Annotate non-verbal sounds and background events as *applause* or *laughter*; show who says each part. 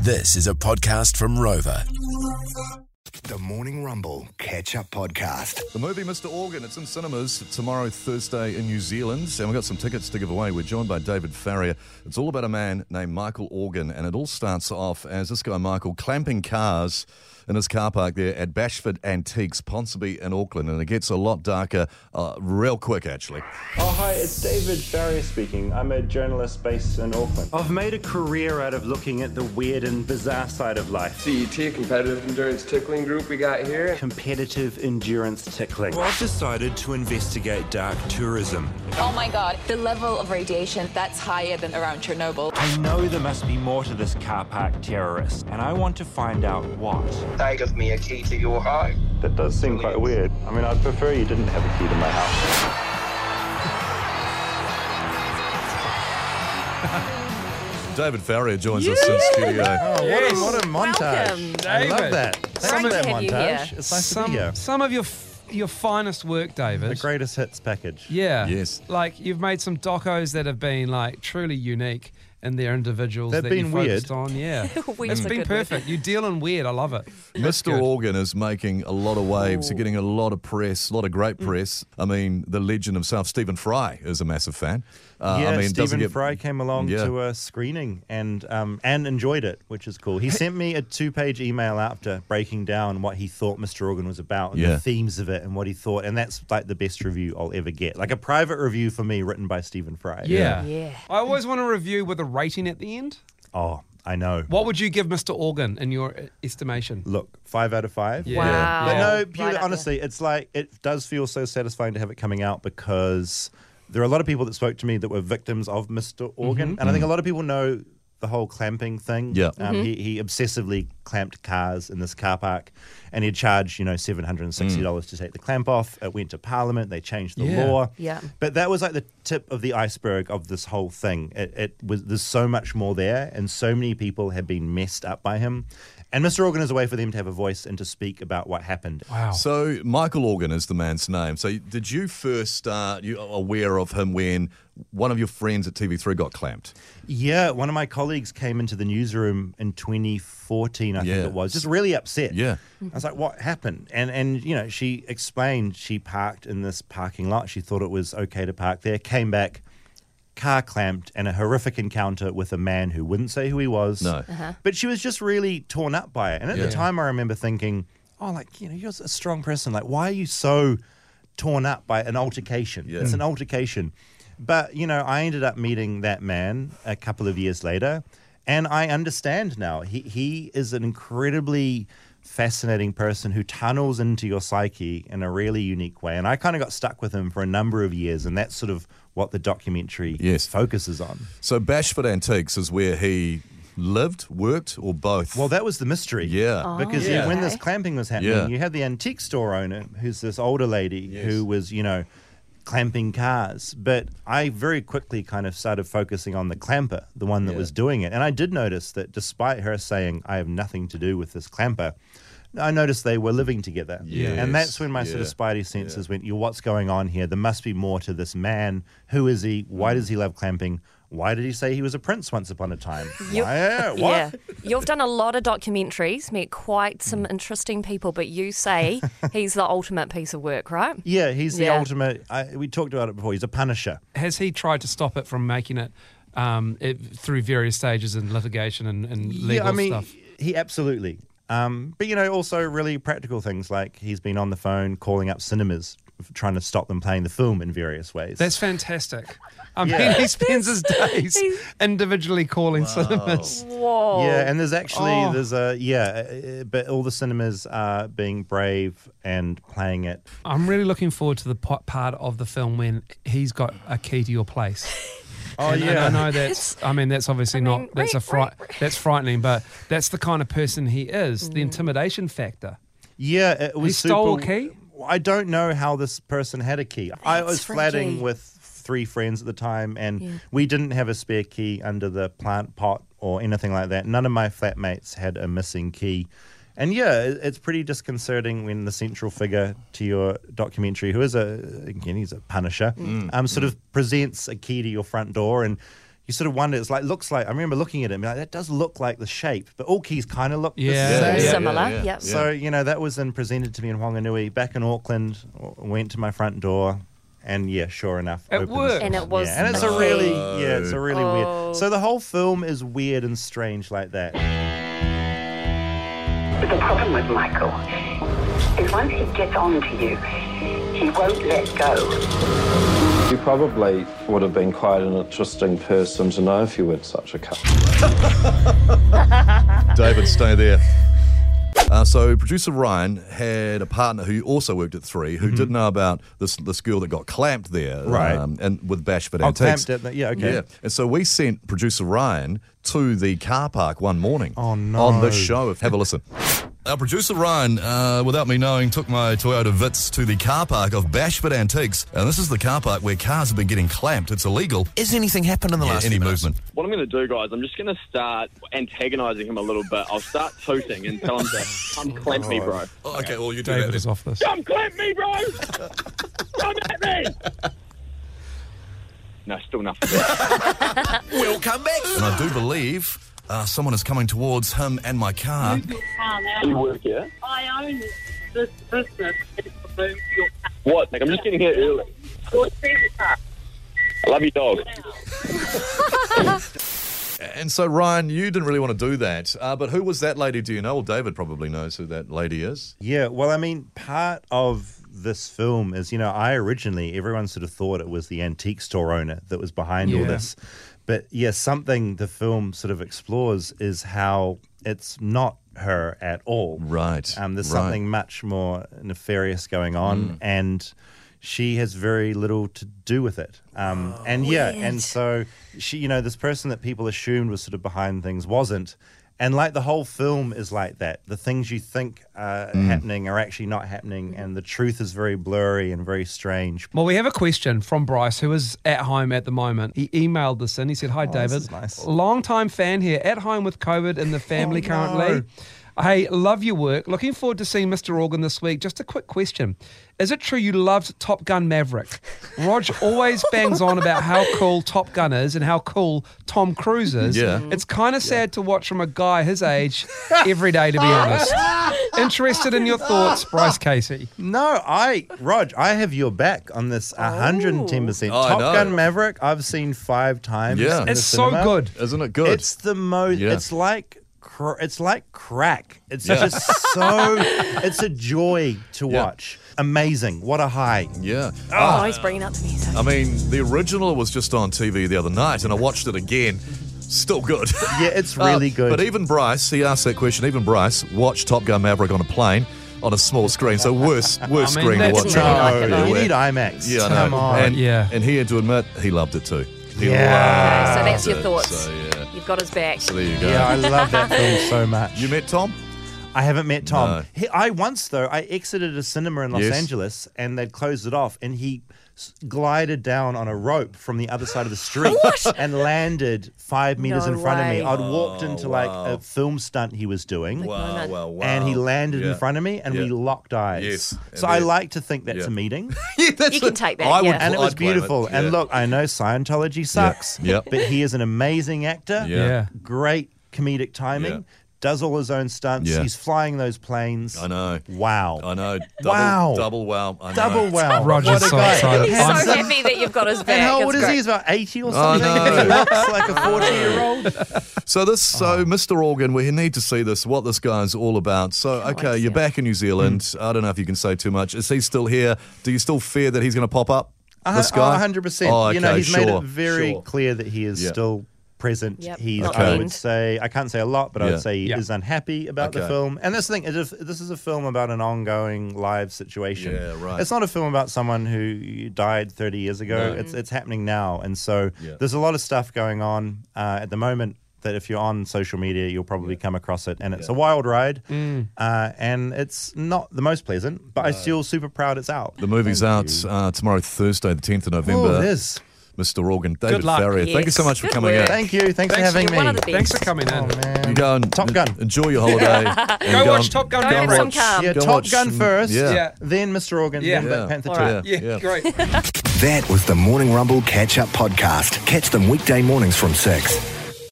Speaker 1: This is a podcast from Rover.
Speaker 2: The Morning Rumble Catch Up Podcast.
Speaker 3: The movie Mr. Organ, it's in cinemas tomorrow, Thursday, in New Zealand. And we've got some tickets to give away. We're joined by David Farrier. It's all about a man named Michael Organ. And it all starts off as this guy, Michael, clamping cars in his car park there at Bashford Antiques, Ponsonby in Auckland. And it gets a lot darker uh, real quick, actually.
Speaker 4: Oh, hi, it's David Farrier speaking. I'm a journalist based in Auckland. I've made a career out of looking at the weird and bizarre side of life.
Speaker 5: CET, competitive endurance tickling group we got here.
Speaker 4: Competitive endurance tickling.
Speaker 6: Well, I've decided to investigate dark tourism.
Speaker 7: Oh my god, the level of radiation that's higher than around Chernobyl.
Speaker 4: I know there must be more to this car park terrorist, and I want to find out what.
Speaker 8: They give me a key to your heart.
Speaker 4: That does seem quite weird. I mean, I'd prefer you didn't have a key to my house.
Speaker 3: David Farrier joins us in
Speaker 9: *laughs*
Speaker 3: studio.
Speaker 9: Yes. What a montage.
Speaker 7: Welcome.
Speaker 9: I love
Speaker 10: David.
Speaker 9: that.
Speaker 7: Great
Speaker 9: Some of
Speaker 7: to
Speaker 9: that
Speaker 7: have you
Speaker 9: montage.
Speaker 7: here.
Speaker 9: It's nice
Speaker 10: some,
Speaker 9: to be here.
Speaker 10: some of your f- your finest work, David.
Speaker 9: The greatest hits package.
Speaker 10: yeah.
Speaker 3: Yes.
Speaker 10: Like you've made some docos that have been like truly unique in their individuals.
Speaker 9: They've
Speaker 10: that
Speaker 9: been
Speaker 10: you
Speaker 9: weird.
Speaker 10: focused on.
Speaker 7: *laughs*
Speaker 10: Yeah.
Speaker 7: Weird's
Speaker 10: it's
Speaker 7: a
Speaker 10: been
Speaker 7: good word.
Speaker 10: perfect. You deal in weird. I love it.
Speaker 3: Mr.
Speaker 10: good.
Speaker 3: Organ is making a lot of waves.
Speaker 9: Oh.
Speaker 3: You're getting a lot of press, a lot of great
Speaker 9: Mm.
Speaker 3: press. I mean, the legend himself, Stephen Fry, is a massive fan. Uh,
Speaker 9: yeah,
Speaker 3: I mean, doesn't
Speaker 9: Stephen
Speaker 3: get-
Speaker 9: Fry came along
Speaker 3: Yeah.
Speaker 9: to a screening and um, and enjoyed it, which is cool. He sent me a two-page email after breaking down what he thought Mr. Organ was about and
Speaker 3: Yeah.
Speaker 9: the themes of it and what he thought, and that's like the best review I'll ever get, like a private review for me written by Stephen Fry.
Speaker 10: Yeah. I always want to review with a rating at the end.
Speaker 9: Oh, I know.
Speaker 10: What would you give Mr. Organ in your uh, estimation?
Speaker 9: Look, five out of five.
Speaker 10: Yeah.
Speaker 7: Wow.
Speaker 9: But no, pure,
Speaker 7: Right up there.
Speaker 9: honestly, it's like it does feel so satisfying to have it coming out because there are a lot of people that spoke to me that were victims of Mr. Organ,
Speaker 10: Mm-hmm.
Speaker 9: and I think a lot of people know the whole clamping thing.
Speaker 3: Yeah.
Speaker 9: um,
Speaker 7: Mm-hmm.
Speaker 9: he, he obsessively clamped cars in this car park, and he'd charge you know seven hundred and sixty dollars to take the clamp off. It went to Parliament, they changed the
Speaker 10: Mm. Yeah.
Speaker 9: law.
Speaker 7: Yeah.
Speaker 9: But that was like the tip of the iceberg of this whole thing. It, it was there's so much more there, and so many people have been messed up by him. And Mr. Organ is a way for them to have a voice and to speak about what happened.
Speaker 10: Wow.
Speaker 3: So Michael Organ is the man's name. So did you first start you aware of him when one of your friends at TV3 got clamped?
Speaker 9: Yeah, one of my colleagues came into the newsroom in 2014, I
Speaker 3: Yeah.
Speaker 9: think it was, just really upset.
Speaker 3: Yeah.
Speaker 9: I was like, what happened? And, and, you know, she explained she parked in this parking lot. She thought it was okay to park there, came back, car clamped, and a horrific encounter with a man who wouldn't say who he was.
Speaker 3: No.
Speaker 9: But she was just really torn up by it. And at
Speaker 3: Yeah.
Speaker 9: the time, I remember thinking, oh, like, you know, you're a strong person. Like, why are you so torn up by an altercation?
Speaker 3: Yeah.
Speaker 9: It's an altercation. But, you know, I ended up meeting that man a couple of years later. And I understand now. He, he is an incredibly fascinating person who tunnels into your psyche in a really unique way. And I kind of got stuck with him for a number of years. And that's sort of what the documentary
Speaker 3: Yes.
Speaker 9: focuses on.
Speaker 3: So Bashford Antiques is where he lived, worked, or both.
Speaker 9: Well, that was the mystery.
Speaker 3: Yeah. Oh,
Speaker 9: Because
Speaker 3: Yeah.
Speaker 9: when this clamping was happening,
Speaker 3: Yeah.
Speaker 9: you had the antique store owner, who's this older lady who was, you know, clamping cars. But I very quickly kind of started focusing on the clamper, the one that was doing it. And I did notice that despite her saying, I have nothing to do with this clamper, I noticed they were living together.
Speaker 3: Yes.
Speaker 9: And that's when my sort of
Speaker 3: Yeah.
Speaker 9: spidey senses went, you what's going on here? There must be more to this man. Who is he? Why
Speaker 3: Mm.
Speaker 9: does he love clamping? Why did he say he was a prince once upon a time? Why- uh, what?
Speaker 11: Yeah. You've done a lot of documentaries, met quite
Speaker 10: Mm.
Speaker 11: some interesting people, but you
Speaker 10: *laughs*
Speaker 11: say he's the ultimate piece of work, right?
Speaker 9: Yeah, he's the
Speaker 11: Yeah.
Speaker 9: ultimate. I, we talked about it before. He's a punisher.
Speaker 10: Has he tried to stop it from making it, um, it through various stages in litigation and, and legal
Speaker 9: yeah, I mean,
Speaker 10: stuff?
Speaker 9: he absolutely. Um, but you know, also really practical things like he's been on the phone calling up cinemas, trying to stop them playing the film in various ways.
Speaker 10: That's fantastic. I
Speaker 9: Yeah.
Speaker 10: mean, *laughs* he spends his days individually calling cinemas.
Speaker 11: Whoa.
Speaker 9: yeah, and there's actually
Speaker 10: Oh.
Speaker 9: there's a yeah, uh, but all the cinemas are being brave and playing it.
Speaker 10: I'm really looking forward to the po- part of the film when he's got a key to your place.
Speaker 9: *laughs* Oh
Speaker 10: And- and
Speaker 9: yeah,
Speaker 10: I know that's. I mean, that's obviously
Speaker 11: mean,
Speaker 10: not. That's a fright.
Speaker 11: right,
Speaker 10: That's frightening, but that's the kind of person he is.
Speaker 9: Mm.
Speaker 10: The intimidation factor.
Speaker 9: Yeah, it was
Speaker 10: stole
Speaker 9: super-
Speaker 10: a key?
Speaker 9: I don't know how this person had a key. I
Speaker 11: That's
Speaker 9: was flatting
Speaker 11: freaky.
Speaker 9: with three friends at the time, and we didn't have a spare key under the plant pot or anything like that. None of my flatmates had a missing key. And yeah, it- it's pretty disconcerting when the central figure to your documentary, Mm.
Speaker 10: Mm.
Speaker 9: who is a again he's a punisher, um, sort of presents a key to your front door, and you sort of wonder. It's like looks like I remember looking at it and be like that does look like the shape, but all keys kind of look the
Speaker 10: Yeah.
Speaker 9: same.
Speaker 3: Yeah,
Speaker 11: Similar,
Speaker 3: yeah, yeah,
Speaker 11: yep.
Speaker 3: yeah.
Speaker 9: So you know that was then presented to me in Whanganui back in Auckland. w- Went to my front door, and yeah, sure enough,
Speaker 10: It
Speaker 9: opened this-
Speaker 10: worked.
Speaker 11: And it was
Speaker 9: Yeah, and it's a
Speaker 11: the
Speaker 9: really
Speaker 3: key.
Speaker 9: yeah, it's a really
Speaker 11: Oh.
Speaker 9: weird. So the whole film is weird and strange like that.
Speaker 12: But the problem with Michael is once he gets on to you, he won't let go.
Speaker 13: You probably would have been quite an interesting person to know if you were such a cunt.
Speaker 3: David, stay there. Uh, so producer Ryan had a partner who also worked at Three, who did know about this this girl that got clamped there,
Speaker 9: Mm-hmm.
Speaker 3: um,
Speaker 9: Right.
Speaker 3: and with Bash for
Speaker 9: Oh,
Speaker 3: Antiques.
Speaker 9: clamped at the- yeah, okay.
Speaker 3: Yeah, and so we sent producer Ryan to the car park one morning.
Speaker 9: Oh, no.
Speaker 3: On this show, have a listen. Our producer Ryan, uh, without me knowing, took my Toyota Vitz to the car park of Bashford Antiques, and this is the car park where cars have been getting clamped. It's illegal. Is anything happened in the last any movement?
Speaker 14: What I'm going to do, guys, I'm just going to start antagonising him a little bit. I'll start tooting and tell him to
Speaker 3: *laughs*
Speaker 14: come clamp me, bro.
Speaker 3: Oh, okay, well you do
Speaker 10: David
Speaker 3: that.
Speaker 10: is
Speaker 3: then.
Speaker 10: off this.
Speaker 14: Come clamp me, bro! come at me! No, still nothing.
Speaker 3: We'll come back. And I do believe uh, someone is coming towards him and my car.
Speaker 14: You work here?
Speaker 12: I own this business.
Speaker 14: What? Like, I'm just getting here early. I love you, dog.
Speaker 3: And so, Ryan, you didn't really want to do that. Uh, but who was that lady? Do you know? Well, David probably knows who that lady is.
Speaker 9: Yeah, well, I mean, part of this film is, you know, I originally, everyone sort of thought it was the antique store owner that was behind all
Speaker 10: Yeah.
Speaker 9: this. But yeah, something the film sort of explores is how it's not her at all.
Speaker 3: Right.
Speaker 9: Um, there's
Speaker 3: right.
Speaker 9: something much more nefarious going on, and she has very little to do with it. Um, and yeah, and so she, you know, this person that people assumed was sort of behind things wasn't. And like the whole film is like that. The things you think are happening are actually not happening, and the truth is very blurry and very strange.
Speaker 10: Well, we have a question from Bryce, who is at home at the moment. He emailed this in. He said, Hi,
Speaker 9: Oh, this
Speaker 10: David.
Speaker 9: is nice.
Speaker 10: Long time fan here, at home with COVID in the family
Speaker 9: *laughs* Oh,
Speaker 10: currently.
Speaker 9: no.
Speaker 10: Hey, love your work. Looking forward to seeing Mr. Organ this week. Just a quick question. Is it true you loved Top Gun Maverick?
Speaker 9: *laughs*
Speaker 10: Rog always bangs on about how cool Top Gun is and how cool Tom Cruise is.
Speaker 3: Yeah.
Speaker 10: It's kind of sad to watch from a guy
Speaker 9: *laughs*
Speaker 10: his age every day, to be honest. Interested in your thoughts, Bryce Casey.
Speaker 9: No, I, Rog, I have your back on this 110%.
Speaker 3: Oh, I
Speaker 9: Top
Speaker 3: know.
Speaker 9: Gun Maverick, I've seen five times.
Speaker 3: Yeah.
Speaker 9: in the
Speaker 10: It's so
Speaker 9: cinema.
Speaker 10: good.
Speaker 3: Isn't it good?
Speaker 9: It's the most.
Speaker 3: Yeah.
Speaker 9: It's like cr- it's like crack. It's
Speaker 3: Yeah.
Speaker 9: just so. It's a joy to
Speaker 3: Yeah.
Speaker 9: watch. Amazing. What a high.
Speaker 3: yeah.
Speaker 11: Oh,
Speaker 10: Ah.
Speaker 11: always bringing up the music.
Speaker 3: I mean, the original was just on TV the other night, and I watched it again. Still good. *laughs*
Speaker 9: Yeah, it's really
Speaker 3: Uh,
Speaker 9: good.
Speaker 3: But even Bryce, he asked that question. Even Bryce watched Top Gun Maverick on a plane on a small screen. So
Speaker 9: *laughs*
Speaker 3: worse, worse
Speaker 10: I mean,
Speaker 3: screen to
Speaker 10: that's
Speaker 3: watch. it
Speaker 9: no,
Speaker 3: on.
Speaker 10: not like it.
Speaker 9: you
Speaker 3: Yeah.
Speaker 9: need IMAX.
Speaker 3: Yeah, I know.
Speaker 9: Come on.
Speaker 3: And,
Speaker 10: Yeah.
Speaker 3: and he had to admit he loved it too. He
Speaker 9: Yeah.
Speaker 11: Okay, so
Speaker 3: loved
Speaker 11: that's your
Speaker 3: it.
Speaker 11: thoughts.
Speaker 3: So, yeah.
Speaker 11: You've got his back.
Speaker 3: So there you go.
Speaker 9: yeah, I love that film so
Speaker 3: *laughs*
Speaker 9: much.
Speaker 3: you met Tom?
Speaker 9: I haven't met Tom.
Speaker 3: No.
Speaker 9: He, I once though I exited a cinema in Los
Speaker 3: Yes.
Speaker 9: Angeles and they'd closed it off and he s- glided down on a rope from the other side of
Speaker 3: *laughs*
Speaker 9: the street and landed five meters
Speaker 11: No
Speaker 9: in front
Speaker 11: way.
Speaker 9: of me. I'd walked into like
Speaker 3: wow.
Speaker 9: a film stunt he was doing.
Speaker 3: Wow,
Speaker 11: no, no.
Speaker 3: wow, wow.
Speaker 9: and he landed
Speaker 3: Yeah.
Speaker 9: in front of me and we
Speaker 3: Yeah.
Speaker 9: locked eyes.
Speaker 3: Yes, and
Speaker 9: So I
Speaker 3: then-
Speaker 9: like to think that's
Speaker 3: yeah.
Speaker 9: a
Speaker 3: *laughs*
Speaker 9: meeting.
Speaker 3: Yeah, *laughs* that's
Speaker 11: You can
Speaker 3: it.
Speaker 11: take that,
Speaker 3: I would,
Speaker 11: yeah.
Speaker 9: And it was
Speaker 3: I'd claim
Speaker 9: beautiful. And
Speaker 3: Yeah.
Speaker 9: look, I know Scientology sucks,
Speaker 3: Yep.
Speaker 9: *laughs* but he is an amazing actor.
Speaker 3: Yeah.
Speaker 10: Yeah.
Speaker 9: Great comedic timing.
Speaker 3: Yeah.
Speaker 9: Does all his own stunts.
Speaker 3: Yeah.
Speaker 9: He's flying those planes.
Speaker 3: I know.
Speaker 9: Wow.
Speaker 3: I know. Double,
Speaker 9: Wow.
Speaker 3: Double wow. I know.
Speaker 9: Double wow.
Speaker 10: Roger's
Speaker 9: What a
Speaker 10: so
Speaker 9: guy.
Speaker 10: excited.
Speaker 11: He's
Speaker 10: I'm-
Speaker 11: so happy that you've got his back.
Speaker 9: And how old is
Speaker 11: It's
Speaker 9: he?
Speaker 11: great.
Speaker 9: He's about 80 or
Speaker 3: I
Speaker 9: something.
Speaker 3: know.
Speaker 9: *laughs* He looks like a 40 year old.
Speaker 3: So this,
Speaker 9: Oh.
Speaker 3: so Mr. Organ, we need to see this. What this guy's all about.
Speaker 9: Oh,
Speaker 3: So
Speaker 11: Can't wait
Speaker 3: okay,
Speaker 11: to
Speaker 3: you're
Speaker 11: see
Speaker 3: back in New Zealand.
Speaker 9: Hmm.
Speaker 3: I don't know if you can say too much. Is he still here? Do you still fear that he's going to pop up? This
Speaker 9: Uh,
Speaker 3: guy,
Speaker 9: 100%.
Speaker 3: Oh,
Speaker 9: you know,
Speaker 3: okay,
Speaker 9: he's made
Speaker 3: sure,
Speaker 9: it very
Speaker 3: sure.
Speaker 9: clear that he is
Speaker 3: Yeah.
Speaker 9: still present.
Speaker 11: Yep,
Speaker 9: He's,
Speaker 11: not
Speaker 9: I
Speaker 3: Okay.
Speaker 9: would
Speaker 11: named.
Speaker 9: say, I can't say a lot, but I
Speaker 3: Yeah.
Speaker 9: would say he
Speaker 10: Yeah.
Speaker 9: is unhappy about the
Speaker 3: Okay.
Speaker 9: film. And this thing, is if, this is a film about an ongoing live situation.
Speaker 3: Yeah, right.
Speaker 9: It's not a film about someone who died 30 years ago. It's, it's happening now. And so
Speaker 3: Yeah.
Speaker 9: there's a lot of stuff going on uh, at the moment. That if you're on social media, you'll probably come across it, and it's a wild ride, uh, and it's not the most pleasant. But I'm still super proud it's out.
Speaker 3: The movie's out uh, tomorrow, Thursday, the 10th of November.
Speaker 9: Oh, it is.
Speaker 3: Mr. Organ, David
Speaker 10: luck.
Speaker 3: Farrier. Thank you so
Speaker 11: Yes.
Speaker 3: much for
Speaker 11: Good
Speaker 3: coming
Speaker 11: work.
Speaker 3: in.
Speaker 9: Thank you. Thanks, for having
Speaker 11: You're
Speaker 9: me.
Speaker 11: one of the best.
Speaker 10: Thanks for coming in.
Speaker 9: Oh, man.
Speaker 3: Oh, You go and
Speaker 9: Top Gun.
Speaker 3: Enjoy your
Speaker 9: *laughs*
Speaker 3: holiday. and
Speaker 10: Go watch
Speaker 3: and-
Speaker 10: Top Gun
Speaker 3: go
Speaker 10: Maverick.
Speaker 3: and
Speaker 11: Have some
Speaker 3: watch-
Speaker 11: calm.
Speaker 9: Yeah,
Speaker 3: go
Speaker 9: Top
Speaker 3: watch-
Speaker 9: Gun first,
Speaker 3: Yeah.
Speaker 10: Yeah.
Speaker 9: then Mr. Organ,
Speaker 10: Yeah.
Speaker 9: then Black Panther
Speaker 11: All
Speaker 9: 2.
Speaker 11: right.
Speaker 3: Yeah.
Speaker 10: yeah. great.
Speaker 2: That was the Morning Rumble Catch Up Podcast. Catch them weekday mornings from 6.